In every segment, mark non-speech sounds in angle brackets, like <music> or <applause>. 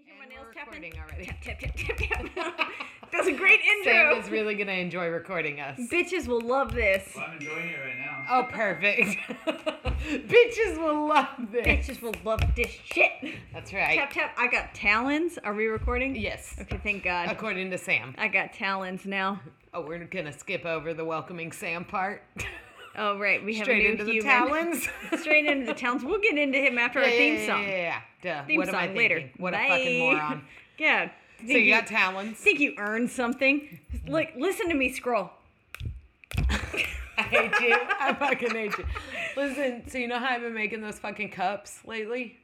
hear my And nails we're tapping? recording already. <laughs> Tap, tap, tap, tap, <laughs> tap. That's a great <laughs> Sam intro. is really gonna enjoy recording us. Bitches will love this. I'm enjoying it right now. Oh, perfect. <laughs> Bitches will love this. Bitches will love this shit. That's right. Tap tap. I got talons. Are we recording? Yes. Okay, thank God. According to Sam. I got talons now. Oh, we're gonna skip over the welcoming Sam part. Oh right, we have Straight a new into the human. talons. <laughs> Straight into the talons. We'll get into him after our theme song. Yeah, yeah, yeah. Duh. Theme what song am I thinking? later. What Bye. a <laughs> fucking moron. yeah. Think So you got Mm-hmm. talons. think you earned something? Look, listen to me scroll. I hate you. <laughs> I fucking hate you. Listen, so you know how I've been making those fucking cups lately?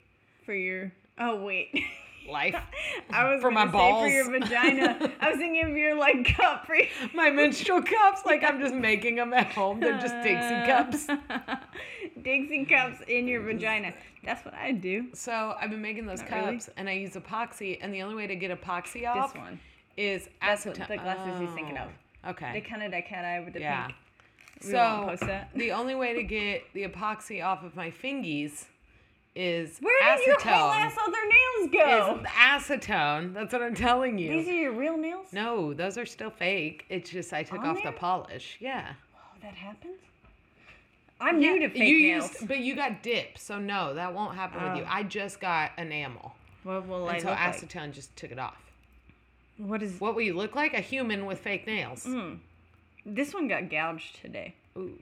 For your. Oh wait. <laughs> Life. I was For my gonna say balls. for your vagina. I was thinking of your like <laughs> cup for your- <laughs> My menstrual cups, like I'm just making them at home. They're just Uh. Dixie <laughs> cups. Dixie cups in your vagina. That's what I do. So I've been making those really. cups, and I use epoxy. And the only way to get epoxy off one. is what acetone. the glasses he's thinking of. The Okay. kind of cat eye with the Yeah. pink. We won't So post that. the only way to get the epoxy off of my fingies is <laughs> Where did your whole acetone. ass other nails go? Is acetone. That's what I'm telling you. These are your real nails? no, those are still fake. It's just I took On off there? the polish. Yeah. Oh, that happens? I'm Yeah, new to fake you nails. Oh. Used, but you got dip, so no, that won't happen with you. I just got enamel, what will and I so look acetone just took it off. like? What is What will you look like? A human with fake nails. Mm. this one got gouged today. Ooh.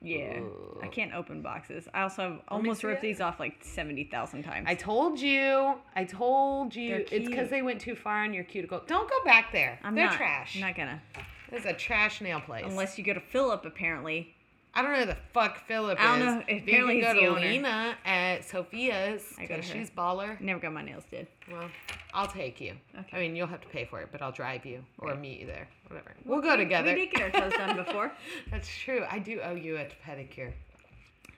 Yeah. I can't open boxes. I also have almost see ripped it. these off like 70,000 times. I told you. I told you. They're It's cute. because they went too far on your cuticle. Don't go back there. I'm They're not, trash. I'm not gonna. There's a trash nail place. Unless you go to Philip, apparently. I don't know who the fuck Philip I don't is. know. But you Apparently can he's the go to owner. Lena at Sophia's. I go to 'cause her. she's baller. Never got my nails did. Well, I'll take you. Okay. I mean, you'll have to pay for it, but I'll drive you or meet you there. Whatever. We'll, go together. We did get our toes done before. <laughs> That's true. I do owe you a pedicure.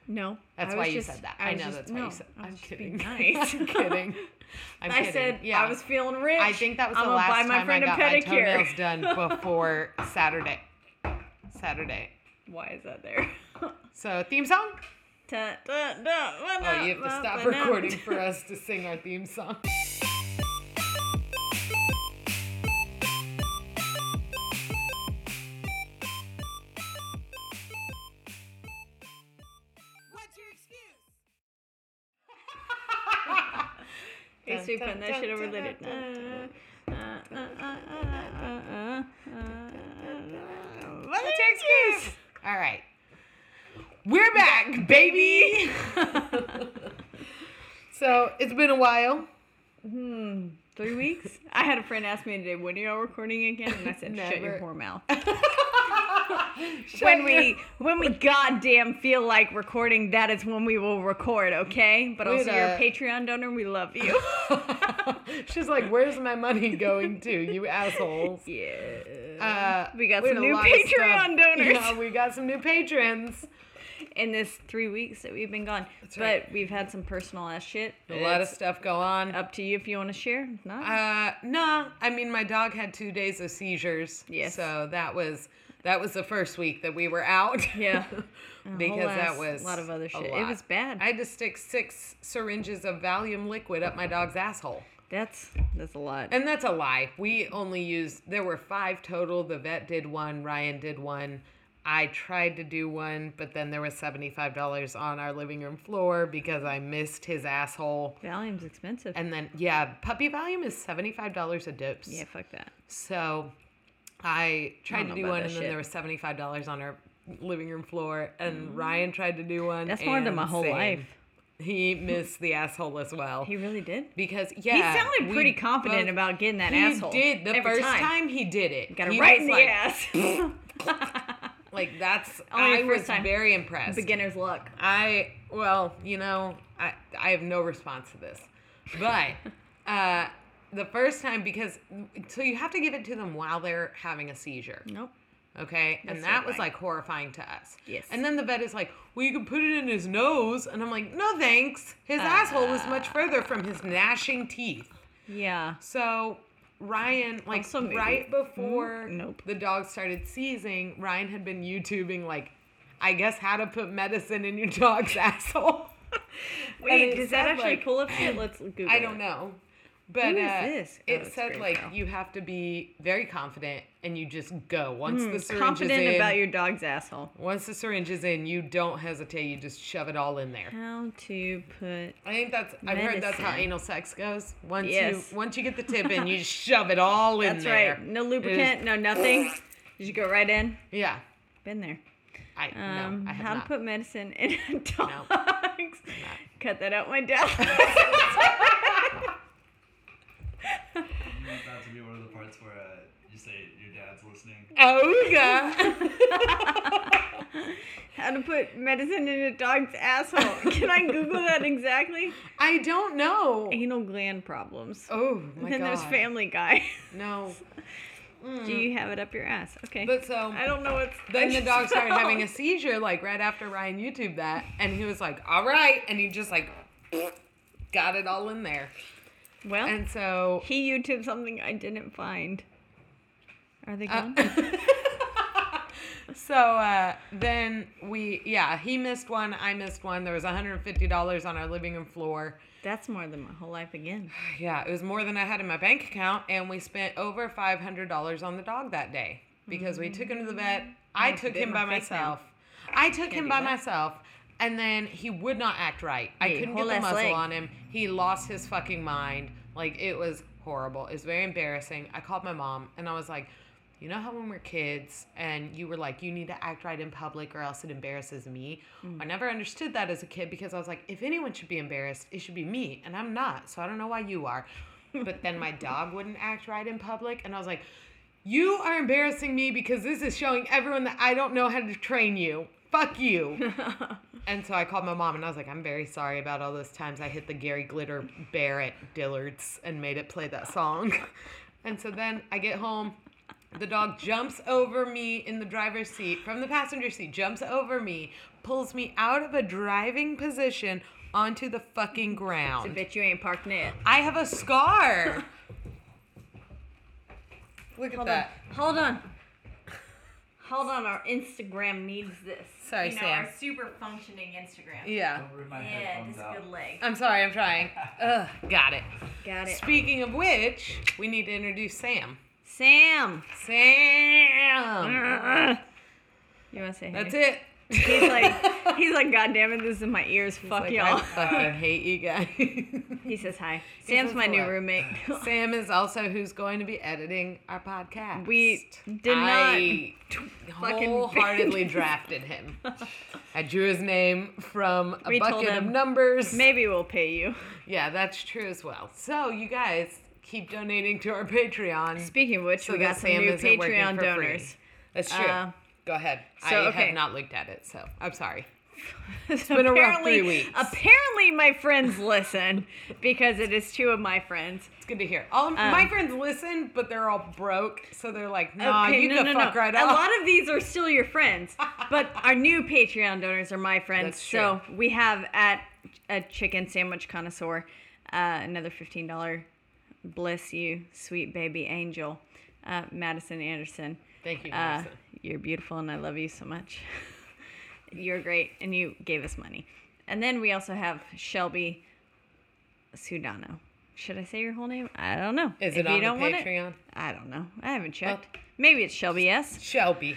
No. That's I why was you just- said that. I, was know just- that's why no, you said. I was I'm just kidding. being Nice. <laughs> <laughs> I'm kidding. I'm I kidding. said yeah. I was feeling rich. I think that was the I'ma last buy my time I friend got a my pedicure. toenails done before Saturday. Saturday. <laughs> Why is that there? <laughs> So theme song. Dun, dun, dun, why Oh, not, you have to why stop not? recording for us to sing our <laughs> theme song. Thanks for putting that shit over later. Uh, uh, uh, uh, uh, uh, uh, uh, What's your excuse? All right. We're back, <laughs> baby. so it's been a while. Three weeks? I had a friend ask me today, when are y'all recording again? And I said, shut your Never. whore <laughs> mouth. <laughs> Shut when your- we when we goddamn feel like recording, that is when we will record, okay? But Wait also, you're a a- Patreon donor. We love <laughs> you. <laughs> She's like, "Where's my money going to, you assholes?" <laughs> yeah. Uh, We got had some a new lot of stuff. <laughs> Patreon donors. Yeah, we got some new patrons. In this three weeks that we've been gone, but right. we've had some personal ass shit. A lot of It's stuff go on. Up to you if you want to share. Not Uh, nah, I mean, my dog had two days of seizures. Yes. So that was that was the first week that we were out. <laughs> yeah. <laughs> because ass- that was lot of other a shit. It lot. was bad. I had to stick six syringes of Valium liquid up my dog's asshole. That's that's a lot. And that's a lie. We only used, there were five total. The vet did one, Ryan did one. I tried to do one, but then there was $75 on our living room floor because I missed his asshole. Valium's expensive. And then, yeah, puppy Valium is $75 a dose. yeah, fuck that. So I tried know to do about one, that and then shit. there was seventy five dollars on our living room floor, and Ryan tried to do one. Mm. That's more than and my whole same. life. He missed the asshole as well. He really did. because yeah, sounded we pretty confident both- about getting that he asshole did the every first time. time. he did it. Got it He right was in the like, ass. <laughs> Like that's Only I the first was time. very impressed. Beginner's luck. I well, you know, I I have no response to this, <laughs> but uh, the first time because so you have to give it to them while they're having a seizure. Nope. Okay. That's and that so was right. like horrifying to us. Yes. And then the vet is like, well, you can put it in his nose. And I'm like, no thanks. His Ah. asshole is much further from his gnashing teeth. Yeah. So Ryan, like Also maybe- right before Mm, nope. the dog started seizing, Ryan had been YouTubing, like, I guess how to put medicine in your dog's <laughs> asshole. And Wait, it does that said, actually like- pull up <clears throat> shit? Let's Google. I don't it. know. But Who is uh, this? Oh, it it's said great like now. you have to be very confident and you just go once the syringe Hmm, Confident is in. about your dog's asshole. Once the syringe is in, you don't hesitate. You just shove it all in there. How to put I think that's. I've heard that's how Medicine. anal sex goes. Once Yes. you once you get the tip in, <laughs> you just shove it all in That's there. right. No It lubricant, no <laughs> nothing. You just go right in. is- yeah. Been there. I Um, no. I have how not. to put medicine in <laughs> a dog. No. Cut that out, my dad. <laughs> about to be one of the parts where uh, you say your dad's listening. Oh <laughs> yeah. how to put medicine in a dog's <laughs> asshole. Can I Google that exactly? I <laughs> don't know. Anal gland problems. Oh my then god. there's Family Guy. <laughs> No. Do you have it up your ass? Okay. Mm. But so I don't know what's. Then the <laughs> dog started having a a. seizure, like right after Ryan YouTube that, and he was like, "All right," and he just like <sniffs> got it all in there. Well, And so he YouTube something I didn't find. Are they Uh. gone? <laughs> so uh, then we yeah he missed one, I missed one. There was 150 dollars on our living room floor. That's more than my whole life <sighs> again. Yeah, it was more than I had in my bank account, and we spent over five hundred dollars on the dog that day because we took him to the vet. I took bit him my by face now. myself. I took him do by that. myself, and then he would not act right. I Hey, couldn't whole get the ass muzzle leg. on him. He lost his fucking mind. Like it was horrible. It was very embarrassing. I called my mom, and I was like. You know how when we're kids and you were like, you need to act right in public or else it embarrasses me? Mm. I never understood that as a kid because I was like, if anyone should be embarrassed, it should be me. And I'm not. So I don't know why you are. But <laughs> then my dog wouldn't act right in public. And I was like, you are embarrassing me because this is showing everyone that I don't know how to train you. <laughs> Fuck you. and so I called my mom and I was like, I'm very sorry about all those times I hit the Gary Glitter bear at Dillard's and made it play that song. <laughs> and so then I get home. The dog jumps over me in the driver's seat, from the passenger seat, jumps over me, pulls me out of a driving position onto the fucking I ground. bet you ain't parked net. I have a scar. Look at Hold that. on. Hold on. Hold on. Our Instagram needs this. Sorry, you know, Sam. Our super functioning Instagram. Yeah. Don't rip my Yeah, headphones this out. good leg. I'm sorry, I'm trying. Ugh, got it. Got it. Speaking of which, we need to introduce Sam. Sam. Sam! You want to say hey? That's it. He's like, he's like, God damn it, this is in my ears. Fuck Like, y'all. I fucking hate you guys. <laughs> He says hi. Sam's says my new hello. roommate. <laughs> Sam is also who's going to be editing our podcast. We did I fucking- <laughs> wholeheartedly drafted him. I drew his name from a We told bucket of him, numbers. Maybe we'll pay you. Yeah, that's true as well. So you guys keep donating to our Patreon. Speaking of which, so we that got some Sam new isn't working Patreon for free. <laughs> donors. That's true. Uh, Go ahead. so, I okay. have not looked at it, so I'm sorry. It's been a rough three weeks. Apparently, my friends listen because it is two of my friends. It's good to hear. All Um, my friends listen, but they're all broke, so they're like, "Nah, Okay, you no, can no, fuck no. right a off." lot of these are still your friends, <laughs> but our new Patreon donors are my friends. That's So we have at a chicken sandwich connoisseur, uh, another fifteen dollar. Bless you, sweet baby angel, uh, Madison Anderson. Thank you, Uh, Madison. you're beautiful, and I love you so much. <laughs> you're great, and you gave us money. And then we also have Shelby Sudano. Should I say your whole name? I don't know. Is If it you on the Oh. don't want it- Patreon? I don't know. I haven't checked. Maybe it's Shelby S. Shelby.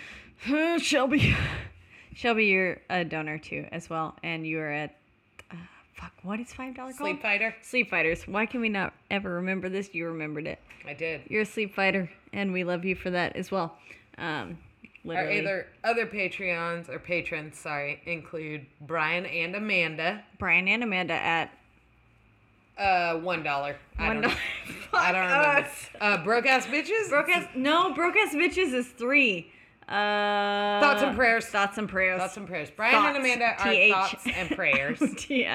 Shelby. <laughs> Shelby, you're a donor too, as well, and you are at. Uh, fuck, what is $5 called? Sleep Fighter. Sleep Fighters. Why can we not ever remember this? You remembered it. I did. You're a sleep fighter, and we love you for that as well. Um, Our literally. either other Patreons or patrons, sorry, include Brian and Amanda. Brian and Amanda at Uh, one dollar. I one don't dollar. <laughs> know. <laughs> I don't remember. Uh, broke ass bitches. Broke ass, no, broke ass bitches is three. Uh, Thoughts and prayers. Thoughts and prayers. Thoughts and prayers. Brian and Amanda are thoughts <laughs> and prayers. Um, T-H.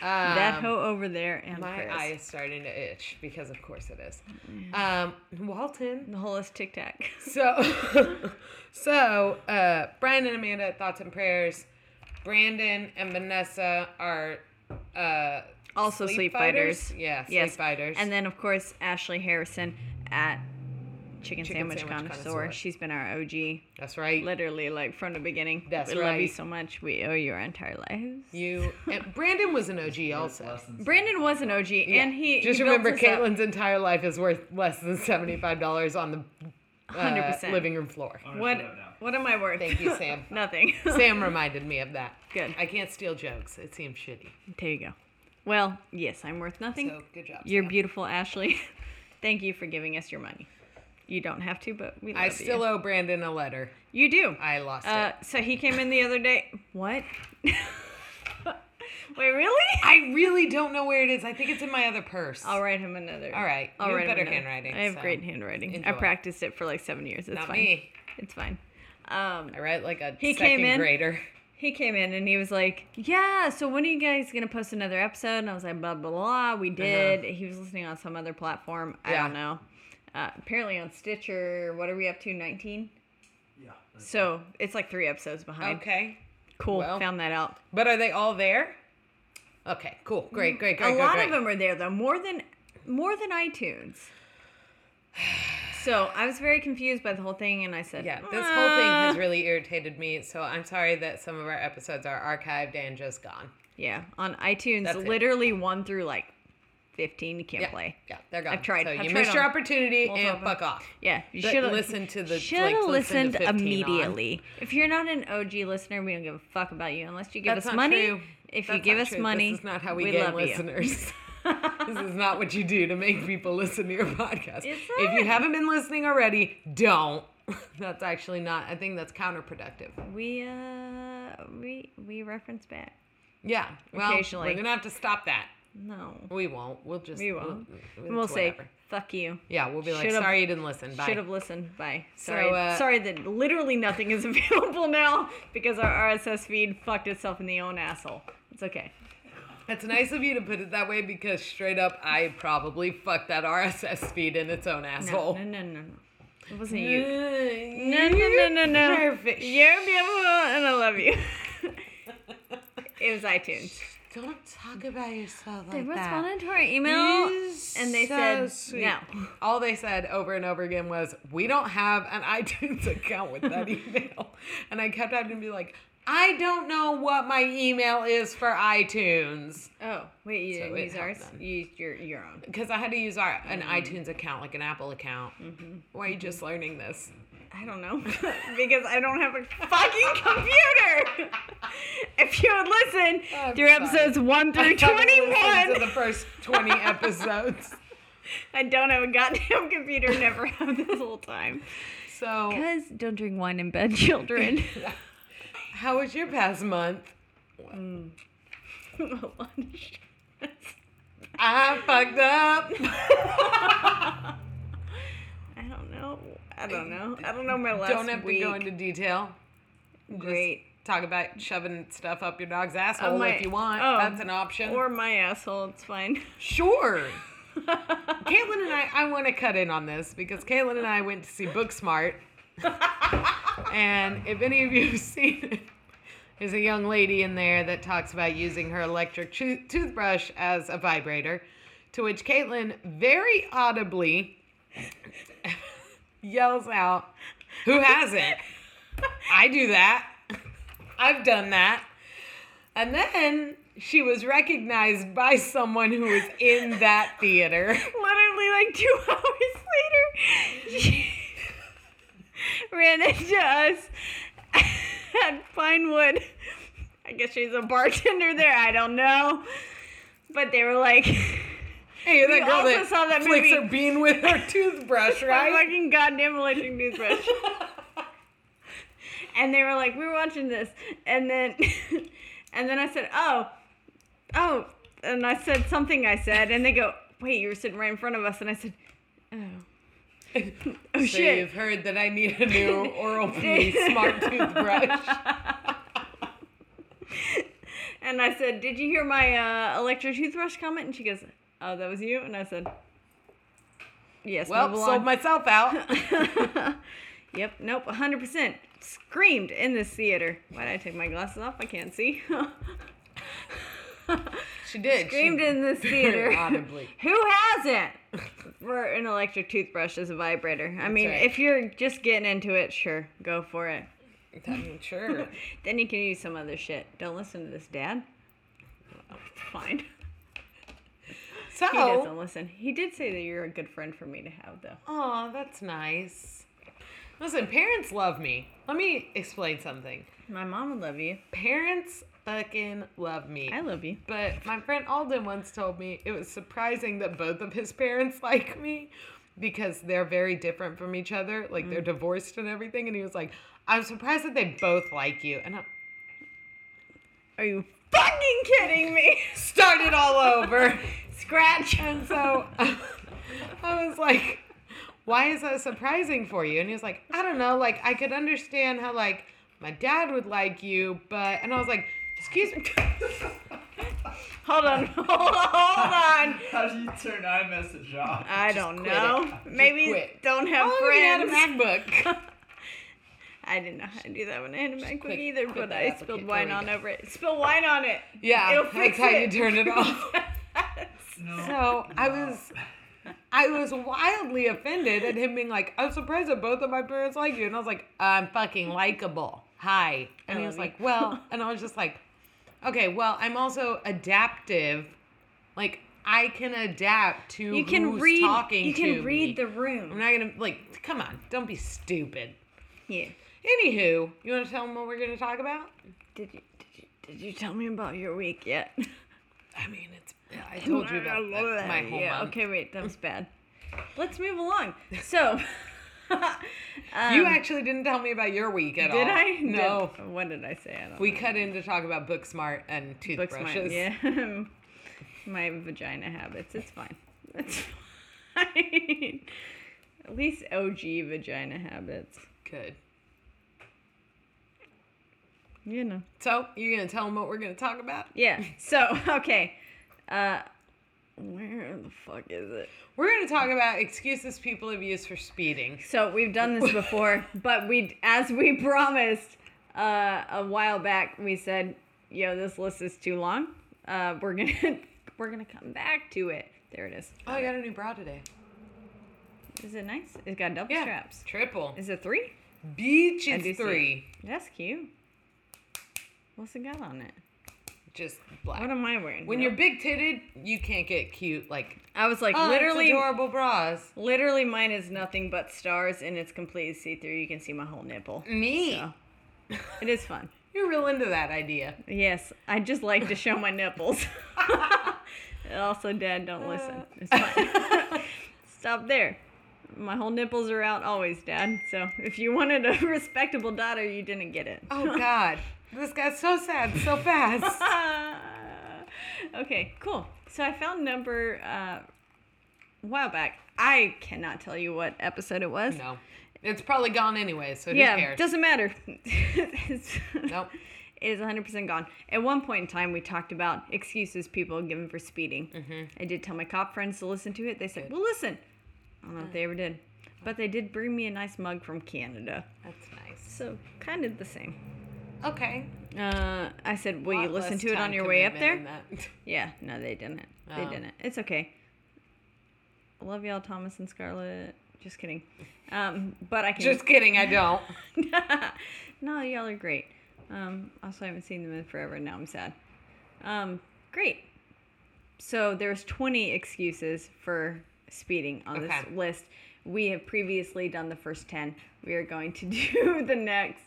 that hoe over there and My prayers. eye is starting to itch because, of course, it is. Um, Walton. The whole is tic <laughs> tac. So, <laughs> so uh, Brian and Amanda, at thoughts and prayers. Brandon and Vanessa are uh, Also sleep, fighters. Yeah, sleep fighters. And then of course Ashley Harrison at Chicken, Sandwich, Sandwich Connoisseur. Connoisseur. She's been our OG that's right. literally like from the beginning. That's we love you right. so much. We owe you our entire lives. you and Brandon was an OG also. Brandon was an OG, and he Just he built remember, us up. Caitlin's entire life is worth less than seventy five dollars on the uh, 100%. living room floor. What Shut up now. what am I worth? Thank you, Sam. <laughs> <laughs> Nothing. Sam reminded me of that. Good. I can't steal jokes. It seems shitty. There you go. Well, yes, I'm worth nothing. So good job. You're Sam. beautiful, Ashley. <laughs> Thank you for giving us your money. You don't have to, but we love I still you. owe Brandon a letter. you do. I lost Uh, it. so he came in the other day. What? <laughs> Wait, really? I really don't know where it is. I think it's in my other purse. I'll write him another. All right. I'll You have write him better another. handwriting, I have so great handwriting. I enjoy. practiced it for like seven years. It's Not fine. me. It's fine. Um, I write like a He second came in. grader. he came in and he was like, "Yeah, so when are you guys gonna post another episode?" And I was like, "Blah blah blah." We did. He was listening on some other platform. I Uh-huh. Yeah. don't know. Uh, apparently on Stitcher. What are we up to? Nineteen. Yeah. that's- So it's like three episodes behind. Okay. Cool. Well, Found that out. But are they all there? Okay. Cool. Great. Great. Great. a great, lot great. of them are there though more than more than itunes <sighs> so i was very confused by the whole thing and i said Yeah, this whole thing "Ah." has really irritated me, so I'm sorry that some of our episodes are archived and just gone. yeah on itunes That's it. literally one through like 15 you can't Yeah, play yeah, they're gone. I've tried- So I've you tried missed your on opportunity multiple and of them. fuck off. yeah you But should have listened to the- should like, have listened listen to 15 on. immediately if you're not an og listener we don't give a fuck about you unless you give That's us not money true. if you That's give not us true. money This is not how we, we gain love you. listeners. <laughs> this is not what you do to make people listen to your podcast. It's if not. you haven't been listening already, don't. <laughs> That's actually not. I think that's counterproductive. <laughs> we uh we we reference back Yeah. Well, Occasionally. we're gonna have to stop that. no We won't. We'll just. we won't We'll, we'll it's say whatever. fuck you Yeah, we'll be like, Should've- sorry you didn't listen. Bye. Should have listened. Bye. Sorry. uh, Sorry that literally nothing is <laughs> available now because our RSS feed fucked itself in the own asshole. It's okay. That's nice of you to put it that way because straight up, I probably fucked that RSS feed in its own asshole. No, no, no, no, no. It wasn't Uh, you. No, no, no, no, no. Perfect. You're beautiful and I love you. <laughs> it was iTunes. Don't talk about yourself They like that. responded to our email He's and they so said sweet. no. All they said over and over again was, "We don't have an iTunes <laughs> account with that email," and I kept having to be like, "I don't know what my email is for iTunes." Oh, wait, you didn't it use helped ours? them. You used your, your own. Because I had to use our Mm-hmm. an iTunes account, like an Apple account. Why are you just <laughs> learning this? I don't know because I don't have a fucking computer. <laughs> if you would listen I'm through sorry. episodes one through Listen to twenty-one, the first <laughs> 20 episodes. I don't have a goddamn computer. <laughs> Never have this whole time. So, Because don't drink wine in bed, <laughs> children. <laughs> how was your past month? I <laughs> fucked up. I don't know. I don't know. I don't know my last Don't have week. to go into detail. Just Great. talk about shoving stuff up your dog's asshole Oh, my- if you want. oh, That's an option. Or my asshole. It's fine. sure. Caitlin and I, I want to cut in on this because Caitlin and I went to see Booksmart. and if any of you have seen it, there's a young lady in there that talks about using her electric choo- toothbrush as a vibrator, to which Caitlin very audibly <laughs> yells out, Who hasn't? I do that. I've done that. And then she was recognized by someone who was in that <laughs> theater. <laughs> Literally, like two hours later, she <laughs> ran into us at Pinewood. I guess she's a bartender there. I don't know. But they were like, <laughs> Hey, you're We that girl also that saw that flicks movie. her bean with <laughs> her toothbrush, my right? fucking goddamn electric <laughs> toothbrush. and they were like, we were watching this. And then, <laughs> and then I said, oh, oh. And I said something I said. And they go, wait, you were sitting right in front of us. And I said, oh. oh, so shit. you've heard that I need a <laughs> new Oral B smart <laughs> toothbrush. And I said, "Did you hear my uh, electric toothbrush comment?" And she goes, "Oh, that was you." And I said, "Yes." Well, move sold along." myself out. <laughs> Yep. Nope. hundred percent screamed in this theater. Why did I take my glasses off? I can't see. <laughs> She did. screamed she in this theater. <laughs> <laughs> audibly. Who hasn't? <laughs> For an electric toothbrush as a vibrator. I mean, right. if you're just getting into it, sure, go for it. I mean, <laughs> sure. Then you can use some other shit. Don't listen to this, Dad. <laughs> Fine. He doesn't So, listen. He did say that you're a good friend for me to have, though. oh, that's nice. Listen, parents love me. Let me explain something. My mom would love you. Parents fucking love me. I love you. But my friend Alden once told me it was surprising that both of his parents <laughs> like me because they're very different from each other. Like they're divorced and everything. And he was like, I'm surprised that they both like you. And I Are you fucking kidding <laughs> me? started all over. Scratch. And so uh, I was like, why is that surprising for you? And he was like, I don't know. Like, I could understand how, like, my dad would like you, but. And I was like, excuse me. <laughs> Hold on. Hold on. Hold on. <laughs> How do you turn iMessage off? I don't quit know. it. Maybe quit. don't How have long have you friends. had a MacBook? I didn't know how to do that when I had a MacBook quit- either, quit but that I applica- spilled there wine we on go. over it. Spill wine on it. <laughs> Yeah, It'll fix that's how you it. turn it off. No. So I was, I was wildly offended at him being like, "I'm surprised that both of my parents like you," and I was like, "I'm fucking likable. Hi." And he love was you. like, "Well," and I was just like, "Okay, well, I'm also adaptive. Like, I can adapt to You can who's read. talking You to can read me. the I'm room. not gonna like. Come on, don't be stupid. yeah. Anywho, you want to tell them what we're gonna talk about? Did you, did you did you tell me about your week yet? <laughs> I mean, it's. I told you about that, my whole yeah. month. Okay, wait, that was <laughs> bad. Let's move along. So, <laughs> um, You actually didn't tell me about your week at all. Did I? No. Did- what did I say? I don't We cut in to talk about Booksmart and know. Books toothbrushes. mine. Yeah. <laughs> My vagina habits. It's fine. It's fine. <laughs> At least OG vagina habits. Good. You know. So, you're going to tell them what we're going to talk about? Yeah. So, <laughs> okay. Uh, where the fuck is it? We're going to talk about excuses people have used for speeding. So we've done this <laughs> before, but we, as we promised uh, a while back, we said, "Yo, this list is too long. Uh, we're gonna, <laughs> we're gonna come back to it." There it is. Oh, I got a new bra today. Is it nice? It's got double Yeah. straps. Triple. Is it three? Beach I do see is it. three. That's cute. What's it got on it? Just black. What am I wearing? when No. you're big titted, you can't get cute. Like, I was like, oh, literally. literally, adorable bras. literally, mine is nothing but stars, and it's completely see through. You can see my whole nipple. Me. It is fun. You're real into <laughs> that idea. Yes, I just like to show my nipples. <laughs> And also, Dad, don't listen. It's fine. Stop there. My whole nipples are out always, Dad. So if you wanted a <laughs> respectable daughter, you didn't get it. Oh, God. this got so sad <laughs> so fast. Ah. okay, cool. So I found number uh, a while back. I cannot tell you what episode it was. No. It's probably gone anyway, so who yeah, cares? doesn't matter. <laughs> It's- Nope. <laughs> It is 100% gone. At one point in time, we talked about excuses people have given for speeding. Mm-hmm. I did tell my cop friends to listen to it. They said, well, listen. I Uh. don't know if they ever did. But they did bring me a nice mug from Canada. That's nice. So, kind of the same. Okay. Uh, I said, will you Lot listen less to it on time your way up there? commitment in that. <laughs> Yeah, no, they didn't. They Oh. didn't. It's okay. Love y'all, Thomas and Scarlett. Just kidding. Um, but I can Just kidding, I don't. no, y'all are great. Um, also, I haven't seen them in forever. and Now I'm sad. Um, great. So there's 20 excuses for speeding on this Okay. list. We have previously done the first 10. We are going to <laughs> do the next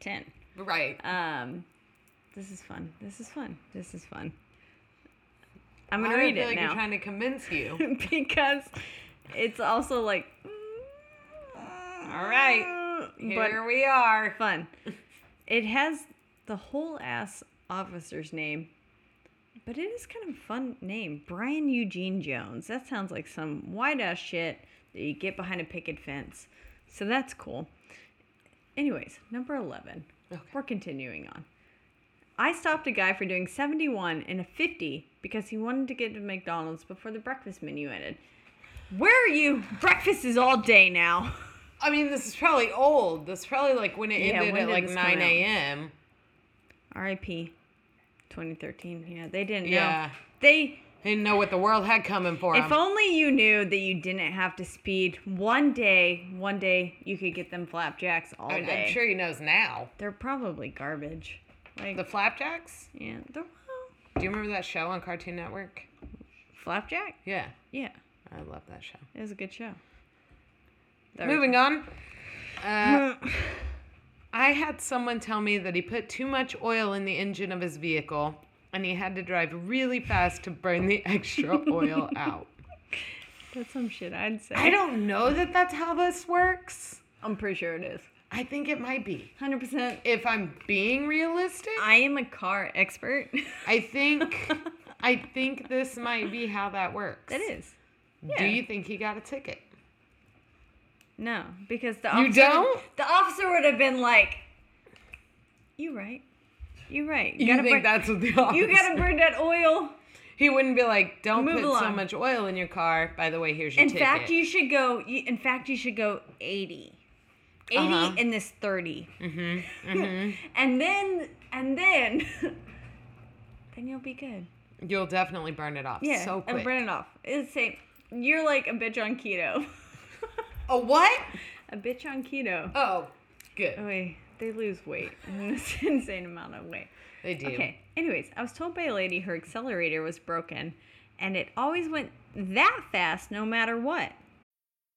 10. Right. Um, this is fun. This is fun. This is fun. I'm going I to read feel it like now I'm trying to convince <laughs> you. because it's also like, All right. but Here we are. fun. It has the whole ass officer's name, but it is kind of a fun name. Brian Eugene Jones. That sounds like some white ass shit that you get behind a picket fence. So that's cool. Anyways, number 11. We're continuing on. I stopped a guy for doing 71 and a 50 because he wanted to get to McDonald's before the breakfast menu ended. Where are you? Breakfast is all day now. I mean, this is probably old. This is probably like when it Yeah, ended when at did like this come 9 out? a.m. R.I.P. 2013. Yeah, they didn't Yeah. know. They, Didn't know what the world had coming for if them. only you knew that you didn't have to speed. One day, one day you could get them flapjacks all I mean, day. I'm sure he knows now. They're probably garbage. Like The Flapjacks? yeah, they're well, Do you remember that show on Cartoon Network? flapjack. Yeah. Yeah, I love that show. it was a good show. There we Moving on. Uh, <sighs> I had someone tell me that he put too much oil in the engine of his vehicle and he had to drive really fast to burn the <laughs> extra <laughs> oil out. That's some shit I'd say. I don't know that that's how this works. I'm pretty sure it is. I think it might be. Hundred percent. If I'm being realistic, I am a car expert. <laughs> I think I think this might be how that works. that is. Do you think he got a ticket? No, because the officer, don't? The officer would have been like, "You right, you right. <laughs> You gotta think burn, that's what the officer? you gotta burn that oil. He wouldn't be like, "Don't Move put so along. much oil in your car." By the way, here's your In ticket. fact, you should go. you- In fact, you should go 80. 80 Uh-huh. mm-hmm. in this 30. Mm-hmm. <laughs> and then and then <laughs> then you'll be good. You'll definitely burn it off. Yeah, so quick. and burn it off. It's the same. You're like a bitch on keto. <laughs> a what? a bitch on keto. Oh, good. Oh, wait, they lose weight. <laughs> It's an insane amount of weight. They do. Okay. Anyways, I was told by a lady her accelerator was broken and it always went that fast no matter what.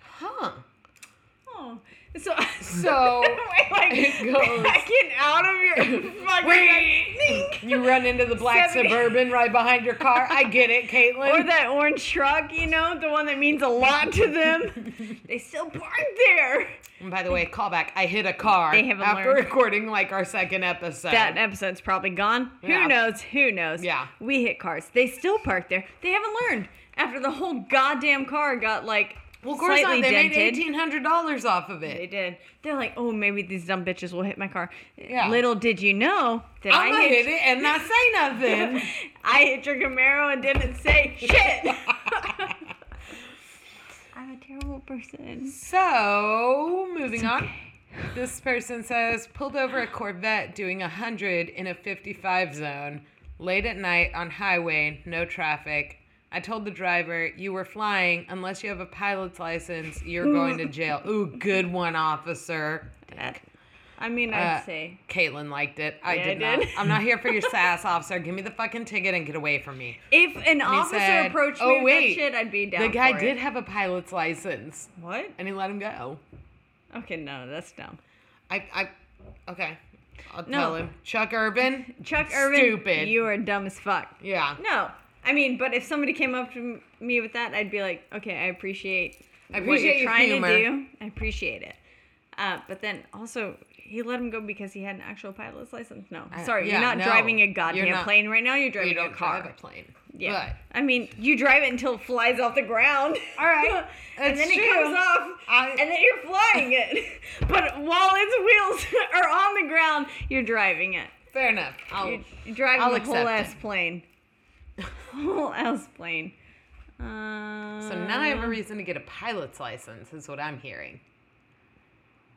Huh. Oh. So <laughs> <laughs> <laughs> So like It goes- backing out of <laughs> your fucking Ding! you run into the black Seventy- suburban right behind your car. I <laughs> get it, Caitlin. or that orange truck, you know, the one that means a lot to <laughs> them. they still park there. and by the way, callback. I hit a car They haven't after learned. recording like our second episode. That episode's probably gone. Yeah. Who knows? Who knows? Yeah. We hit cars. They still park there. They haven't learned after the whole goddamn car got like well, of course slightly not. They dented. made eighteen hundred dollars off of They it. did. They're like, oh, maybe these dumb bitches will hit my car. Yeah. Little did you know that I'm I gonna hit, hit it and not say nothing. <laughs> I hit your Camaro and didn't say <laughs> shit. <laughs> I'm a terrible person. So, moving on. This person says, pulled over a Corvette doing 100 in a 55 zone, late at night on highway, no traffic. I told the driver, you were flying. Unless you have a pilot's license, you're going <laughs> to jail. Ooh, good one, officer. That- I mean, I'd Uh, say Caitlin liked it. I Yeah, I did not. did. I'm not <laughs> here for your sass, officer. Give me the fucking ticket and get away from me. if an And he officer said, approached me "Oh, with wait, that shit, I'd be down. The guy for did It. have a pilot's license, What? and he let him go. Okay, no, that's dumb. I, I, okay. I'll No. tell him. Chuck Urban. Chuck Irvin, Stupid. you are dumb as fuck. Yeah. No, I mean, but if somebody came up to m- me with that, I'd be like, okay, I appreciate I what appreciate you're your trying humor. to do. I appreciate it. Uh, but then also, he let him go because he had an actual pilot's license. No, sorry, yeah, you're not no. driving a You're goddamn not- plane right now. You're driving You don't a car. drive a plane. Yeah, But I mean, you drive it until it flies off the ground. <laughs> All right. <laughs> and That's then true. it comes off, I- and then you're flying it. <laughs> but while its wheels <laughs> are on the ground, you're driving it. fair enough. I'll, You're driving I'll the whole accept ass it. <laughs> plane. whole ass plane. Uh, So now I have a reason to get a pilot's license, is what I'm hearing.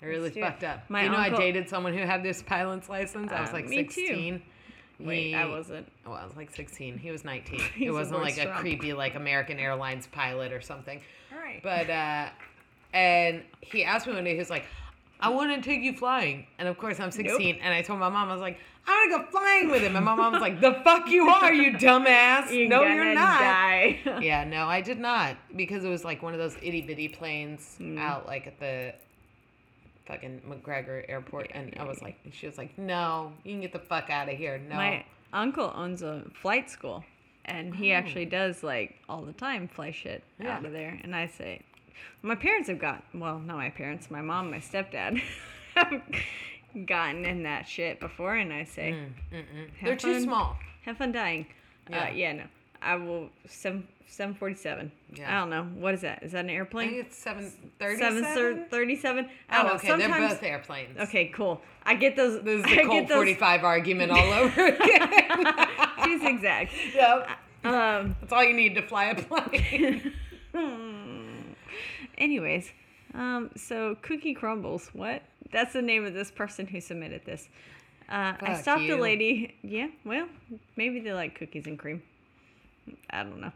I really do it. fucked up. My you know, uncle- I dated someone who had this pilot's license. I was Uh, like me too. 16. Wait, I He- wasn't. Well, I was like 16. He was <laughs> 19. He's it a wasn't word like a strong. creepy, like American Airlines pilot or something. All right. But, uh, and he asked me one day, he was like, I want to take you flying. And of course, I'm 16. And I told my mom, I was like, I want to go flying with him. And my mom was like, The fuck you are, <laughs> you dumbass. no, you're gonna not. die. <laughs> yeah, no, I did not because it was like one of those itty bitty planes Mm. out like at the fucking McGregor Airport, and I was like, and she was like, "No, you can get the fuck out of here." No, My uncle owns a flight school, and Oh. he actually does like all the time fly shit out of there. And I say, my parents have got well, not my parents, my mom, my stepdad <laughs> have gotten in that shit before, and I say, "Have Mm, they're too fun- small. Have fun dying. Yeah. Uh, yeah, no, I will seven seven forty seven. Yeah. I don't know what is that. Is that an I airplane? think it's seven thirty. Seven thir- thirty-seven. I Oh, don't okay, know. they're Sometimes both airplanes. okay, cool. I get those. <laughs> this is I the Colt get those. forty five argument all over <laughs> again. <laughs> She's exact. yep. Um. That's all you need to fly <laughs> a plane. Hmm. Anyways, um, so Cookie Crumbles, what? That's the name of this person who submitted this. Uh, I Fuck stopped you. a lady. Yeah, well, maybe they like cookies and cream. I don't know.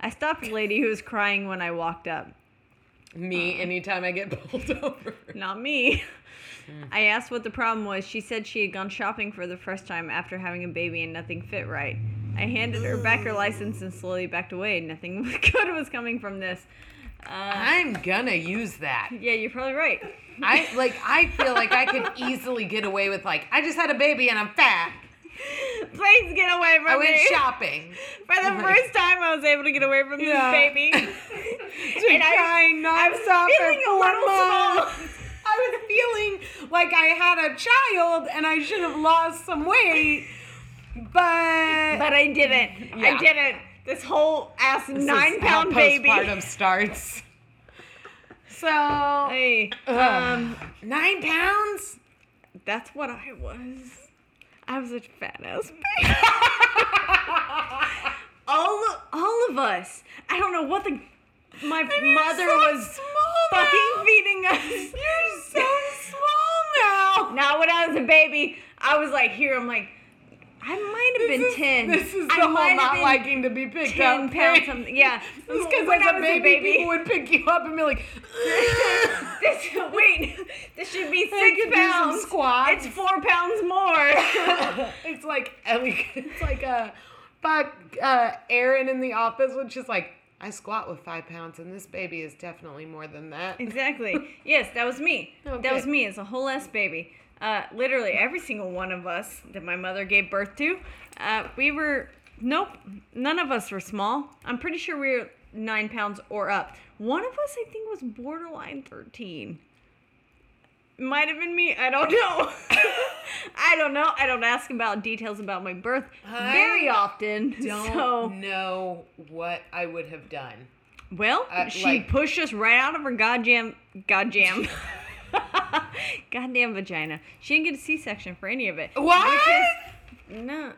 I stopped a lady who was crying when I walked up. Me, anytime I get pulled over. Not me. Hmm. I asked what the problem was. She said she had gone shopping for the first time after having a baby and nothing fit right. I handed her back her license and slowly backed away. Nothing <laughs> good was coming from this. I'm gonna use that. Yeah, you're probably right. I like I feel like I could easily get away with like I just had a baby and I'm fat. Please get away from I went me. shopping. For the <laughs> my- first time, I was able to get away from this Yeah. <laughs> baby. and crying nonstop for feeling a four little months. small. I was feeling like I had a child and I should have lost some weight, but, But I didn't. Yeah. I didn't. This whole ass This is nine how pound baby. Postpartum starts. So Hey, um, nine pounds. that's what I was. I was a fat ass baby. <laughs> all, all of us. I don't know what the. My mother so was small fucking now. feeding us. You're so small now. Now, when I was a baby, I was like, here, I'm like, I might have been This is- 10. This is the I whole might have not been liking to be picked 10 up. pounds thing. something. <laughs> Yeah. It's because When as I a was a baby, baby- people would pick you up and be like, <laughs> This, wait, this should be I six could do some pounds. squats. It's four pounds more. it's like Ellie. <laughs> It's like a, but uh, Erin in the office when she's like, I squat with five pounds, and this baby is definitely more than that. <laughs> exactly. Yes, that was me. Okay. That was me as a whole ass baby. Uh, literally every single one of us that my mother gave birth to, uh, we were, nope, none of us were small. I'm pretty sure we were nine pounds or up. One of us, I think, was borderline 13. Might have been me. I don't know. <laughs> I don't know. I don't ask about details about my birth very often. Don't so. know what I would have done. Well, Uh, she like- pushed us right out of her goddamn, goddamn, <laughs> goddamn vagina. She didn't get a C-section for any of it. What? No,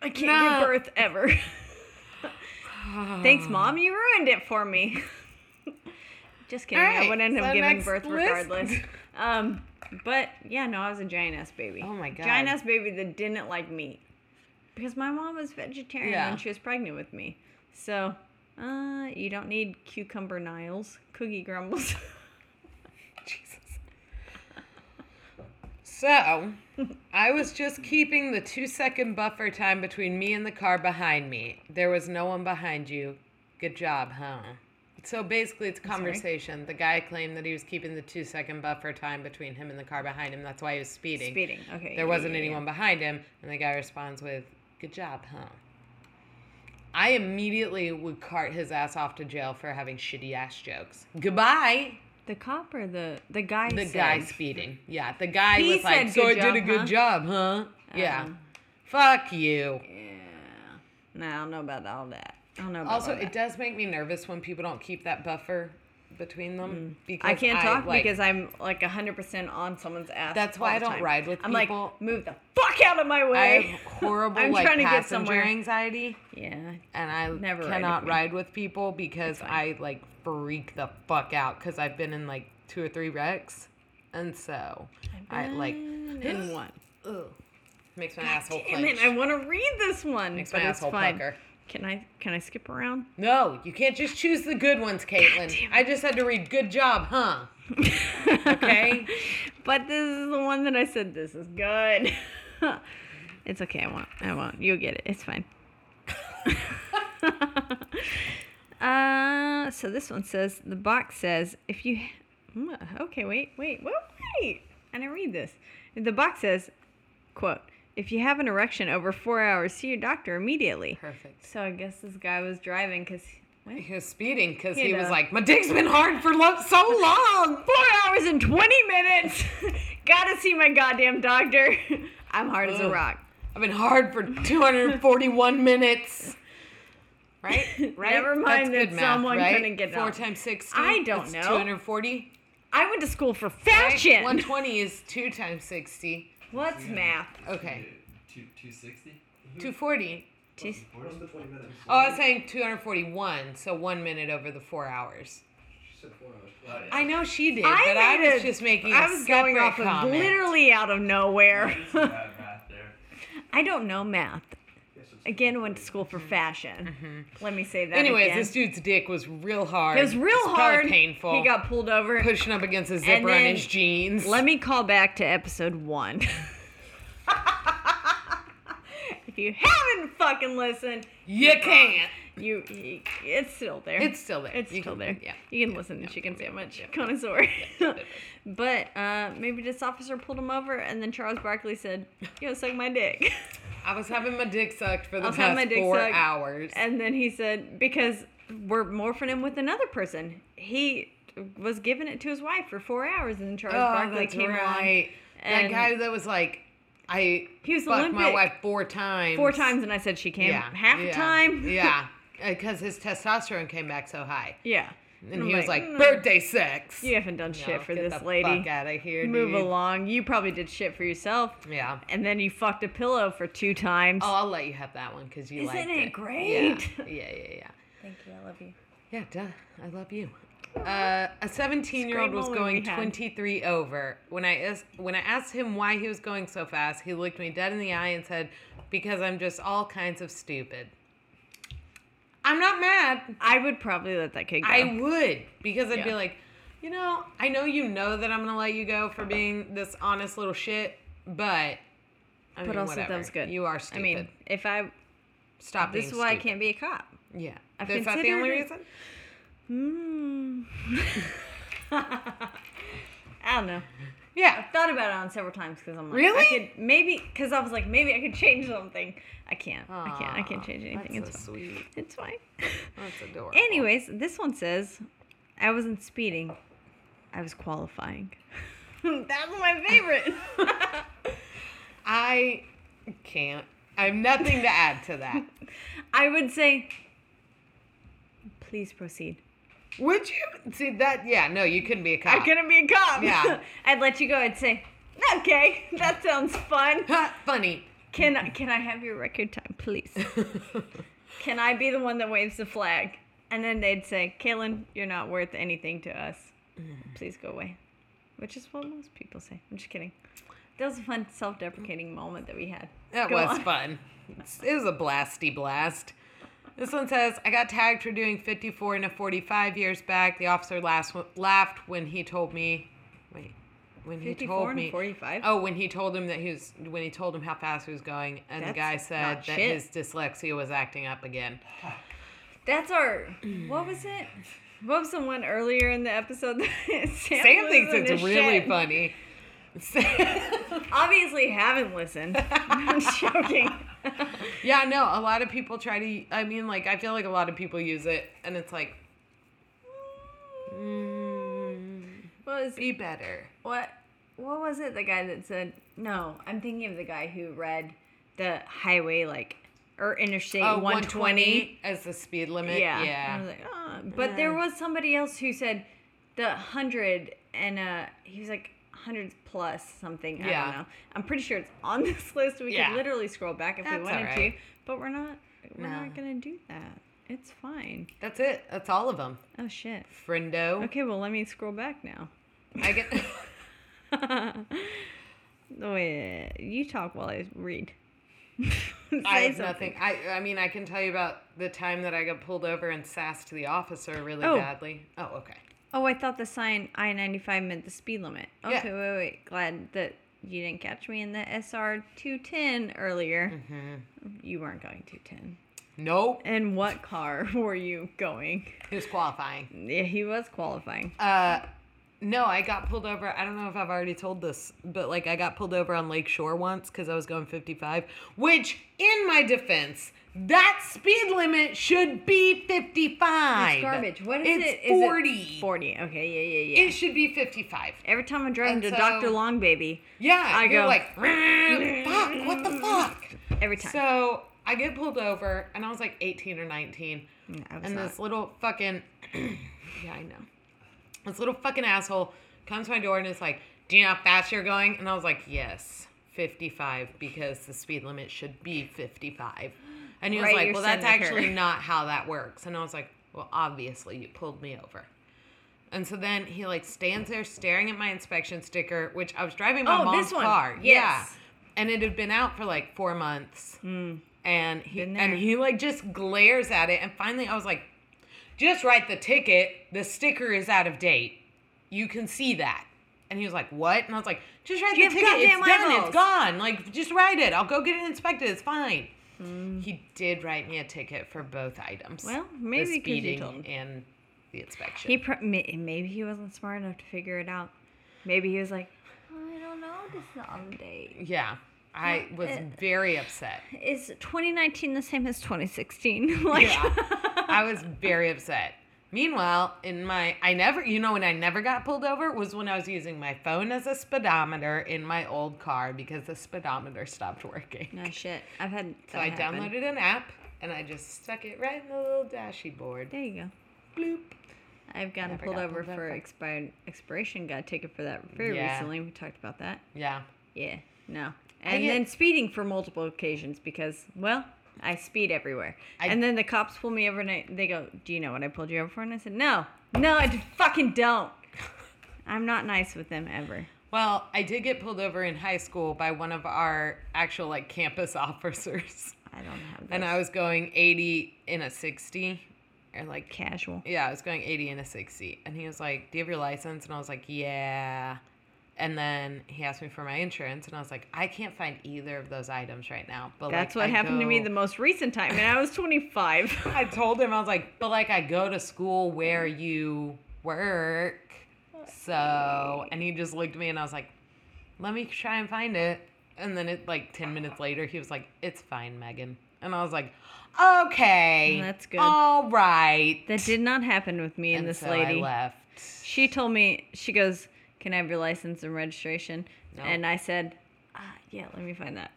I can't give birth <sighs> ever. Thanks, mom. You ruined it for me. Just kidding. Alright, I would end up so giving next birth list. regardless. Um, but yeah, no, I was a giant ass baby. Oh my God. giant ass baby that didn't like meat because my mom was vegetarian Yeah. when she was pregnant with me. So, uh, you don't need cucumber niles, cookie grumbles. <laughs> So, I was just keeping the two second buffer time between me and the car behind me. There was no one behind you. Good job, huh? So basically, it's a conversation. The guy claimed that he was keeping the two second buffer time between him and the car behind him. That's why he was speeding. Speeding. Okay. There wasn't yeah, yeah, anyone behind him. And the guy responds with, Good job, huh? I immediately would cart his ass off to jail for having shitty ass jokes. Goodbye. The cop or the the guy? The said- guy speeding. Yeah, the guy He was like, said "So I good did a job, good huh?" Uh-huh. job, huh?" Yeah. Fuck you. Nah, I don't know about all that. I don't know about Also, all that. it does make me nervous when people don't keep that buffer between them because Mm. I can't talk like- because I'm like 100% on someone's ass. That's all why the I don't time. ride with I'm people. like, move the fuck out of my I way. <laughs> have horrible I'm like trying to get passenger somewhere. anxiety, yeah. and I Never ride cannot with me. ride with people because I like freak the fuck out because I've been in like two or three wrecks, and so I like In one. makes my asshole Damn clench. it, I want to read this one. Makes but my it's asshole fine. pucker. Can I can I skip around? No, you can't just choose the good ones, Caitlin. I just had to read good job, huh? Okay. <laughs> But this is the one that I said this is good. <laughs> it's okay, I won't. I won't. You'll get it. It's fine. <laughs> uh, so this one says the box says if you Mm, okay, wait, wait, wait, wait. I didn't read this. The box says, quote, if you have an erection over four hours, see your doctor immediately. Perfect. So I guess this guy was driving because what? He was speeding because he You was know. like, my dick's been hard for lo- so <laughs> long. four hours and 20 minutes. <laughs> Gotta see my goddamn doctor. <laughs> I'm hard as a Ugh. rock. I've been hard for 241 minutes. Right? <laughs> Right? Never mind That's that good math, someone right? couldn't get it Four off. times 60. I don't that's know. 240. I went to school for right? fashion. 120 is two times 60. <laughs> What's math? Okay. Two <laughs> two sixty. 240. Jeez. Oh, I was saying 241, so one minute over the four hours. I know she did, but I made was a- just making a I was going separate off of comment. literally out of nowhere. <laughs> Bad math there. I don't know math. Again, went to school for fashion. Let me say that. Mm-hmm. Anyways, again. this dude's dick was real hard. it was real probably hard. painful. He got pulled over. pushing up against a zipper on then- his jeans. Let me call back to episode <laughs> one. <laughs> if you haven't fucking listened, You can't. You, y- it's still there. It's still there. It's You still can- there. yeah. you can listen to Chicken Sandwich Connoisseur. <laughs> but uh, maybe this officer pulled him over, and then Charles Barkley said, "Yo, suck my <laughs> dick," I was having my dick sucked for the was having past my dick four sucked. hours. and then he said, "Because we're morphing him with another person." He was giving it to his wife for four hours, and then Oh, Charles Barkley oh, came along That and- guy that was like, I He was fucked my Olympic wife four times. four times, and I said she came Yeah. half yeah, the time. <laughs> yeah. Because his testosterone came back so high. yeah. And I'm he was like, "Mm, birthday sex. "You haven't done No, shit for get this the lady." Fuck out of here, Move dude. along. You probably did shit for yourself. Yeah. And then you fucked a pillow for two times. Oh, I'll let you have that one because you Isn't liked it it. great? Yeah, yeah, yeah. yeah. Thank you. I love you. Yeah, duh. I love you. Uh, a 17 year old was moment going we had. 23 over. When I asked, when I asked him why he was going so fast, he looked me dead in the eye and said, "Because I'm just all kinds of stupid." I'm not mad. I would probably let that kid go. I would because I'd be Yeah. like, you know, I know you know that I'm gonna let you go for being this honest little shit, but I but mean, also whatever. that was good. You are stupid. I mean, if I stop. this being is why I stupid. can't be a cop. Yeah, I've is that the only considered- reason? Hmm. <laughs> I don't know. Yeah, I've thought about it on several times because I'm like, Really? I could maybe because I was like, maybe I could change something. I can't. I can't. I can't change anything. That's it's so fine. sweet. It's fine. That's adorable. <laughs> Anyways, this one says, I wasn't speeding, I was qualifying. <laughs> That's my favorite. I can't. I have nothing to add <laughs> to that. I would say, please proceed. Would you see that? Yeah, no, you couldn't be a cop. I couldn't be a cop. Ah. Yeah. <laughs> I'd let you go. I'd say, okay, that sounds fun. <laughs> Funny. Can I, can I have your record time, <laughs> please? can I be the one that waves the flag? And then they'd say, Kaylin, you're not worth anything to us. Mm. Please go away. Which is what most people say. I'm just kidding. That was a fun self deprecating moment that we had. That Go was on. fun. It's- It was a blasty blast. This one says, I got tagged for doing 54 and a 45 years back. The officer last, laughed when he told me, wait, when he 54 told and a me, 45? Oh, when he told him that he was, when he told him how fast he was going, and the That's guy said that not shit. his dyslexia was acting up again. That's our. What was it? What was the one earlier in the episode? that <laughs> Sam, Sam was thinks in it's the really shed? funny. Sam- <laughs> Obviously, haven't listened. I'm joking. Yeah, no, a lot of people try to. I mean, like, I feel like a lot of people use it, and it's like, What was be better. what? What was it? The guy that said no. I'm thinking of the guy who read the highway like or interstate Oh, 120. 120 as the speed limit. Yeah. Yeah. I was like, oh. But there was somebody else who said the hundred and uh he was like hundreds plus something. I Yeah. don't know. I'm pretty sure it's on <laughs> this list. We Yeah. could literally scroll back if we That's wanted alright. to. But we're not we're No. not gonna do that. It's fine. That's it. That's all of them. Oh shit. Friendo. Okay, well let me scroll back now. <laughs> I get. <laughs> Wait, Oh, you talk while I read. <laughs> I Say have something. nothing. I I mean, I can tell you about the time that I got pulled over and sassed the officer really Oh. badly. Oh, okay. Oh, I thought the sign I ninety five meant the speed limit. Yeah. Okay, wait, wait. Glad that you didn't catch me in the SR two ten earlier. Mm-hmm. You weren't going two ten. Nope. And what car <laughs> were you going? He was qualifying. Yeah, he was qualifying. No, I got pulled over. I don't know if I've already told this, but like I got pulled over on Lake Shore once because I was going 55, which, in my defense, that speed limit should be 55. it's garbage. What is it's it? Is it- 40. Forty. Okay. Yeah. Yeah. Yeah. It should be 55. Every time I drive and to so- Doctor Long Baby. Yeah, I you're go- like, fuck, what the fuck? Every time. So I get pulled over, and I was like 18 or 19. I was and not. this little fucking, <clears throat> yeah, I know. This little fucking asshole comes to my door and is like, do you know how fast you're going? And I was like, yes, 55, because the speed limit should be 55. And he was Right, like, your well, that's senator. actually not how that works. And I was like, well, obviously, you pulled me over. And so then he like stands there staring at my inspection sticker, which I was driving my Oh, mom's this one. car. Yes. Mm. Yeah. And it had been out for like four months. And he Been and there. he like just glares at it. And finally I was like, just write the ticket. The sticker is out of date. You can see that. And he was like, what? And I was like, just write You the have ticket. It's goddamn done. eyeballs." It's gone. Like, just write it. I'll go get it inspected. It's fine. He did write me a ticket for both items. Mm. Well, maybe 'cause the you speeding told him. and the inspection. He pro- may- maybe he wasn't smart enough to figure it out. Maybe he was like, I don't know this is on the date. Yeah. I was very upset. Is 2019 the same as 2016? <laughs> like, I was very upset. Meanwhile, in my I never you know when I never got pulled over was when I was using my phone as a speedometer in my old car because the speedometer stopped working. no shit. I've had. so that I happen. downloaded an app and I just stuck it right in the little dashy board. There you go. Bloop. I've gotten Never pulled got over pulled for over. expired expiration. Got a ticket for that very Yeah. recently. We talked about that. Yeah. Yeah. No. And get- then speeding for multiple occasions because well, I speed everywhere. and then the cops pull me over and I, they go, "Do you know what I pulled you over for?" And I said, "No, no, I d- fucking <laughs> don't." I'm not nice with them ever. Well, I did get pulled over in high school by one of our actual like campus <laughs> officers. I don't have that And I was going 80 in a 60 or like casual. Yeah, I was going 80 and a 60. And he was like, Do you have your license? And I was like, Yeah. And then he asked me for my insurance. And I was like, I can't find either of those items right now. But That's like, what I happened to me go- the most recent time, and I was <laughs> 25. I told him, I was like, But like, I go to school where you work. So, and he just looked at me and I was like, Let me try and find it. And then it, like, 10 minutes later, he was like, It's fine, Megan. And I was like, Okay. That's good. All right. that did not happen with me and, and this so lady. I left. She told me, she goes, Can I have your license and registration? And I said, uh, Yeah, let me find that.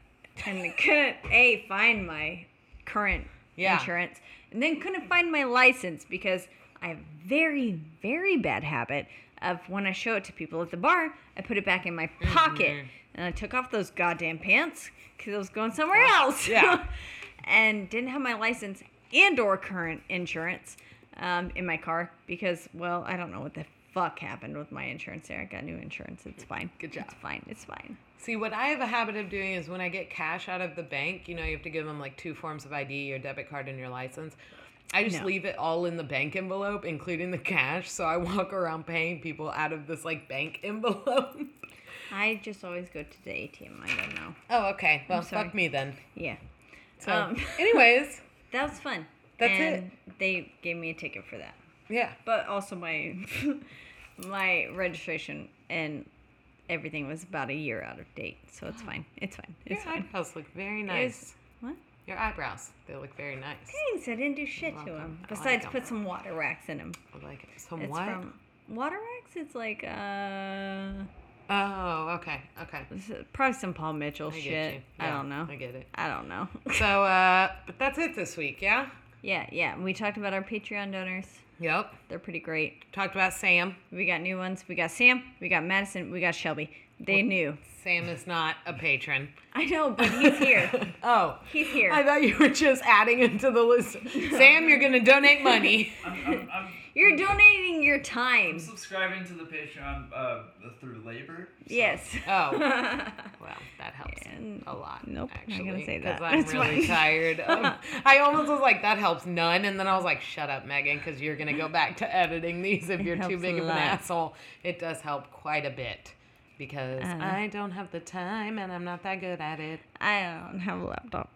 And I couldn't, A, find my current Yeah. insurance, and then couldn't find my license because I have very, very bad habit of when I show it to people at the bar, I put it back in my pocket. Mm-hmm. And I took off those goddamn pants because I was going somewhere else. Oh, Yeah. <laughs> and didn't have my license and or current insurance um, in my car because well i don't know what the fuck happened with my insurance there i got new insurance it's fine good job. it's fine it's fine See, what I have a habit of doing is when I get cash out of the bank, you know, you have to give them like two forms of ID, your debit card, and your license. I just No. leave it all in the bank envelope, including the cash. So I walk around paying people out of this like bank <laughs> envelope. i just always go to the atm i don't know oh, okay. Well, sorry. fuck me then. yeah So, Um. <laughs> anyways, that was fun That's it. and they gave me a ticket for that <laughs> yeah. but also my <laughs> my registration and everything was about a year out of date so it's fine it's fine it's Your fine eyebrows look very It was- nice. What? Your eyebrows, they look very nice. Thanks. I didn't do shit to welcome. them. I like Besides, them. put some water wax in them. I like it. Some It's what? from water wax. It's like uh, Oh, okay, okay. s- probably some Paul Mitchell I get shit. you. I Yeah, don't know. I get it. I don't know. <laughs> So, uh, but that's it this week, yeah? yeah, yeah. We talked about our Patreon donors. Yep. They're pretty great. Talked about Sam. We got new ones. We got Sam. We got Madison. We got Shelby. They knew. Sam is not a patron. I know, but he's here. <laughs> Oh. He's here. I thought you were just adding it to the list. Sam, you're going to donate <laughs> money. I'm, I'm You're donating your time. subscribing to the Patreon uh, through labor. so- Yes. <laughs> Oh. Well, that helps a lot. Nope, not actually, gonna say Because that. I'm That's really fine. tired. <laughs> Of, I almost was like, that helps none. And then I was like, shut up, Megan, because you're going to go back to editing these if you're too helps big a of an lot. asshole. It does help quite a bit because I don't have the time and I'm not that good at it. I don't have a <laughs> laptop.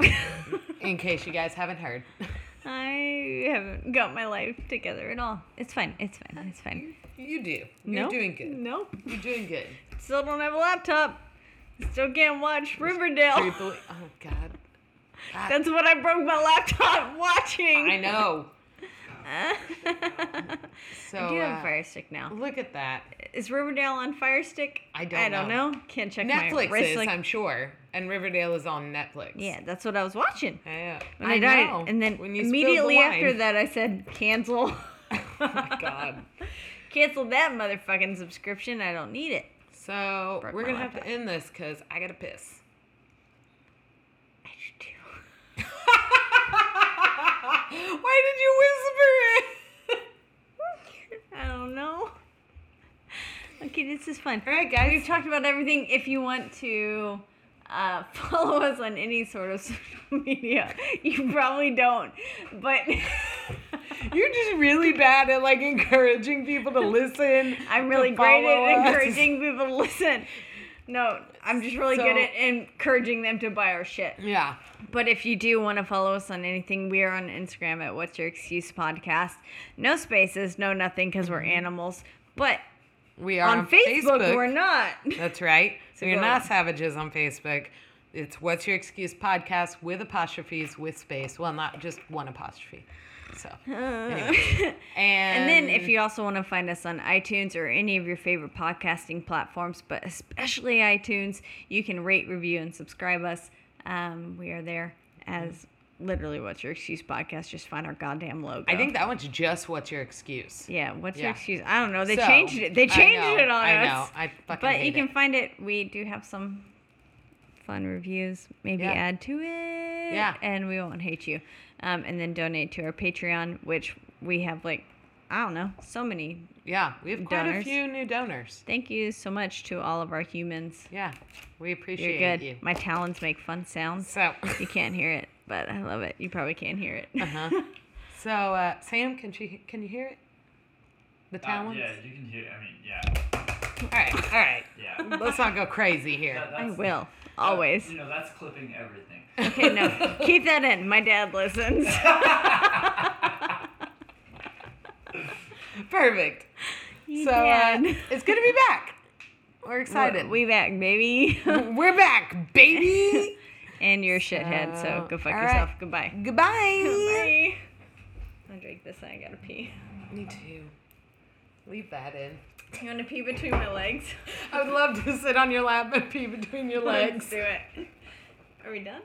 In case you guys haven't heard. <laughs> I haven't got my life together at all. It's fine. It's fine. It's fine. You do. No. You're doing good. Nope. You're doing good. Still don't have a laptop. Still can't watch Riverdale. Creepily. Oh, God. That's what I broke my laptop <laughs> watching. I <laughs> know. so I do have uh, a Fire Stick now. look at that. Is Riverdale on Fire Stick? I don't I don't know. know. Can't check my Netflix wrist. is, like- I'm sure, and Riverdale is on Netflix. yeah, that's what I was watching. Yeah. When I, died, know. and then When you spilled the immediately after wine. that, I said cancel, <laughs> Oh my <laughs> God. cancel that motherfucking subscription. I don't need it. So Broke we're my gonna have to laptop. end this because I gotta piss. I should do. Why did you whisper it? <laughs> <laughs> I don't know. Okay, this is fun. All right, guys. We've talked about everything. If you want to uh, <laughs> follow us on any sort of <laughs> social media, you probably don't. But <laughs> You're just really bad at like encouraging <laughs> people to listen. I'm really to great follow at us. encouraging people to listen. No, I'm just really good So- at encouraging them to buy our shit. Yeah. But if you do want to follow us on anything, we are on Instagram at What's Your Excuse Podcast. No spaces, no nothing, because Mm-hmm. we're animals. But We are on, Facebook, we're not. <laughs> That's right. So you're go- not savages on Facebook. It's What's Your Excuse podcast with apostrophes, with space. Well, not just one apostrophe. So, <laughs> anyway. <laughs> and, And then Um, if you also want to find us on iTunes or any of your favorite podcasting platforms, but especially iTunes, you can rate, review, and subscribe us. Um, we are there as literally What's Your Excuse Podcast. Just find our goddamn logo. I think that one's just What's Your Excuse. Yeah, what's Yeah. your excuse? I don't know. They So, changed it. I They changed know, it on I us. know. I fucking But you hate can it. find it. We do have some fun reviews. Maybe Yeah. add to it. Yeah. And we won't hate you. Um, and then donate to our Patreon, which we have like, I don't know, so many. Yeah, we have quite a Donors. few new donors. Thank you so much to all of our humans. Yeah, we You're appreciate good. you. My talons make fun sounds. So, you can't hear it, but I love it. You probably can't hear it. Uh-huh. so uh, Sam, can she? Can you hear it? The Uh, talons. yeah, you can hear. I mean, yeah, All right, all right. <laughs> <laughs> yeah. Let's not go crazy here. That- <laughs> I that's- will. Oh, that- Always. you know, that's clipping everything. Okay, <laughs> no. Keep that in. My dad listens. <laughs> Perfect. so uh, did. it's good to be <laughs> back. We're excited. We back, baby. <laughs> We're back, baby. and you're a shithead, so So, go fuck all yourself. right. Goodbye. <laughs> Goodbye. Bye. I'll drink this and I gotta pee. Me too. Leave that in. You wanna pee between my legs? <laughs> I would love to sit on your lap and pee between your legs. Let's do it. Are we done?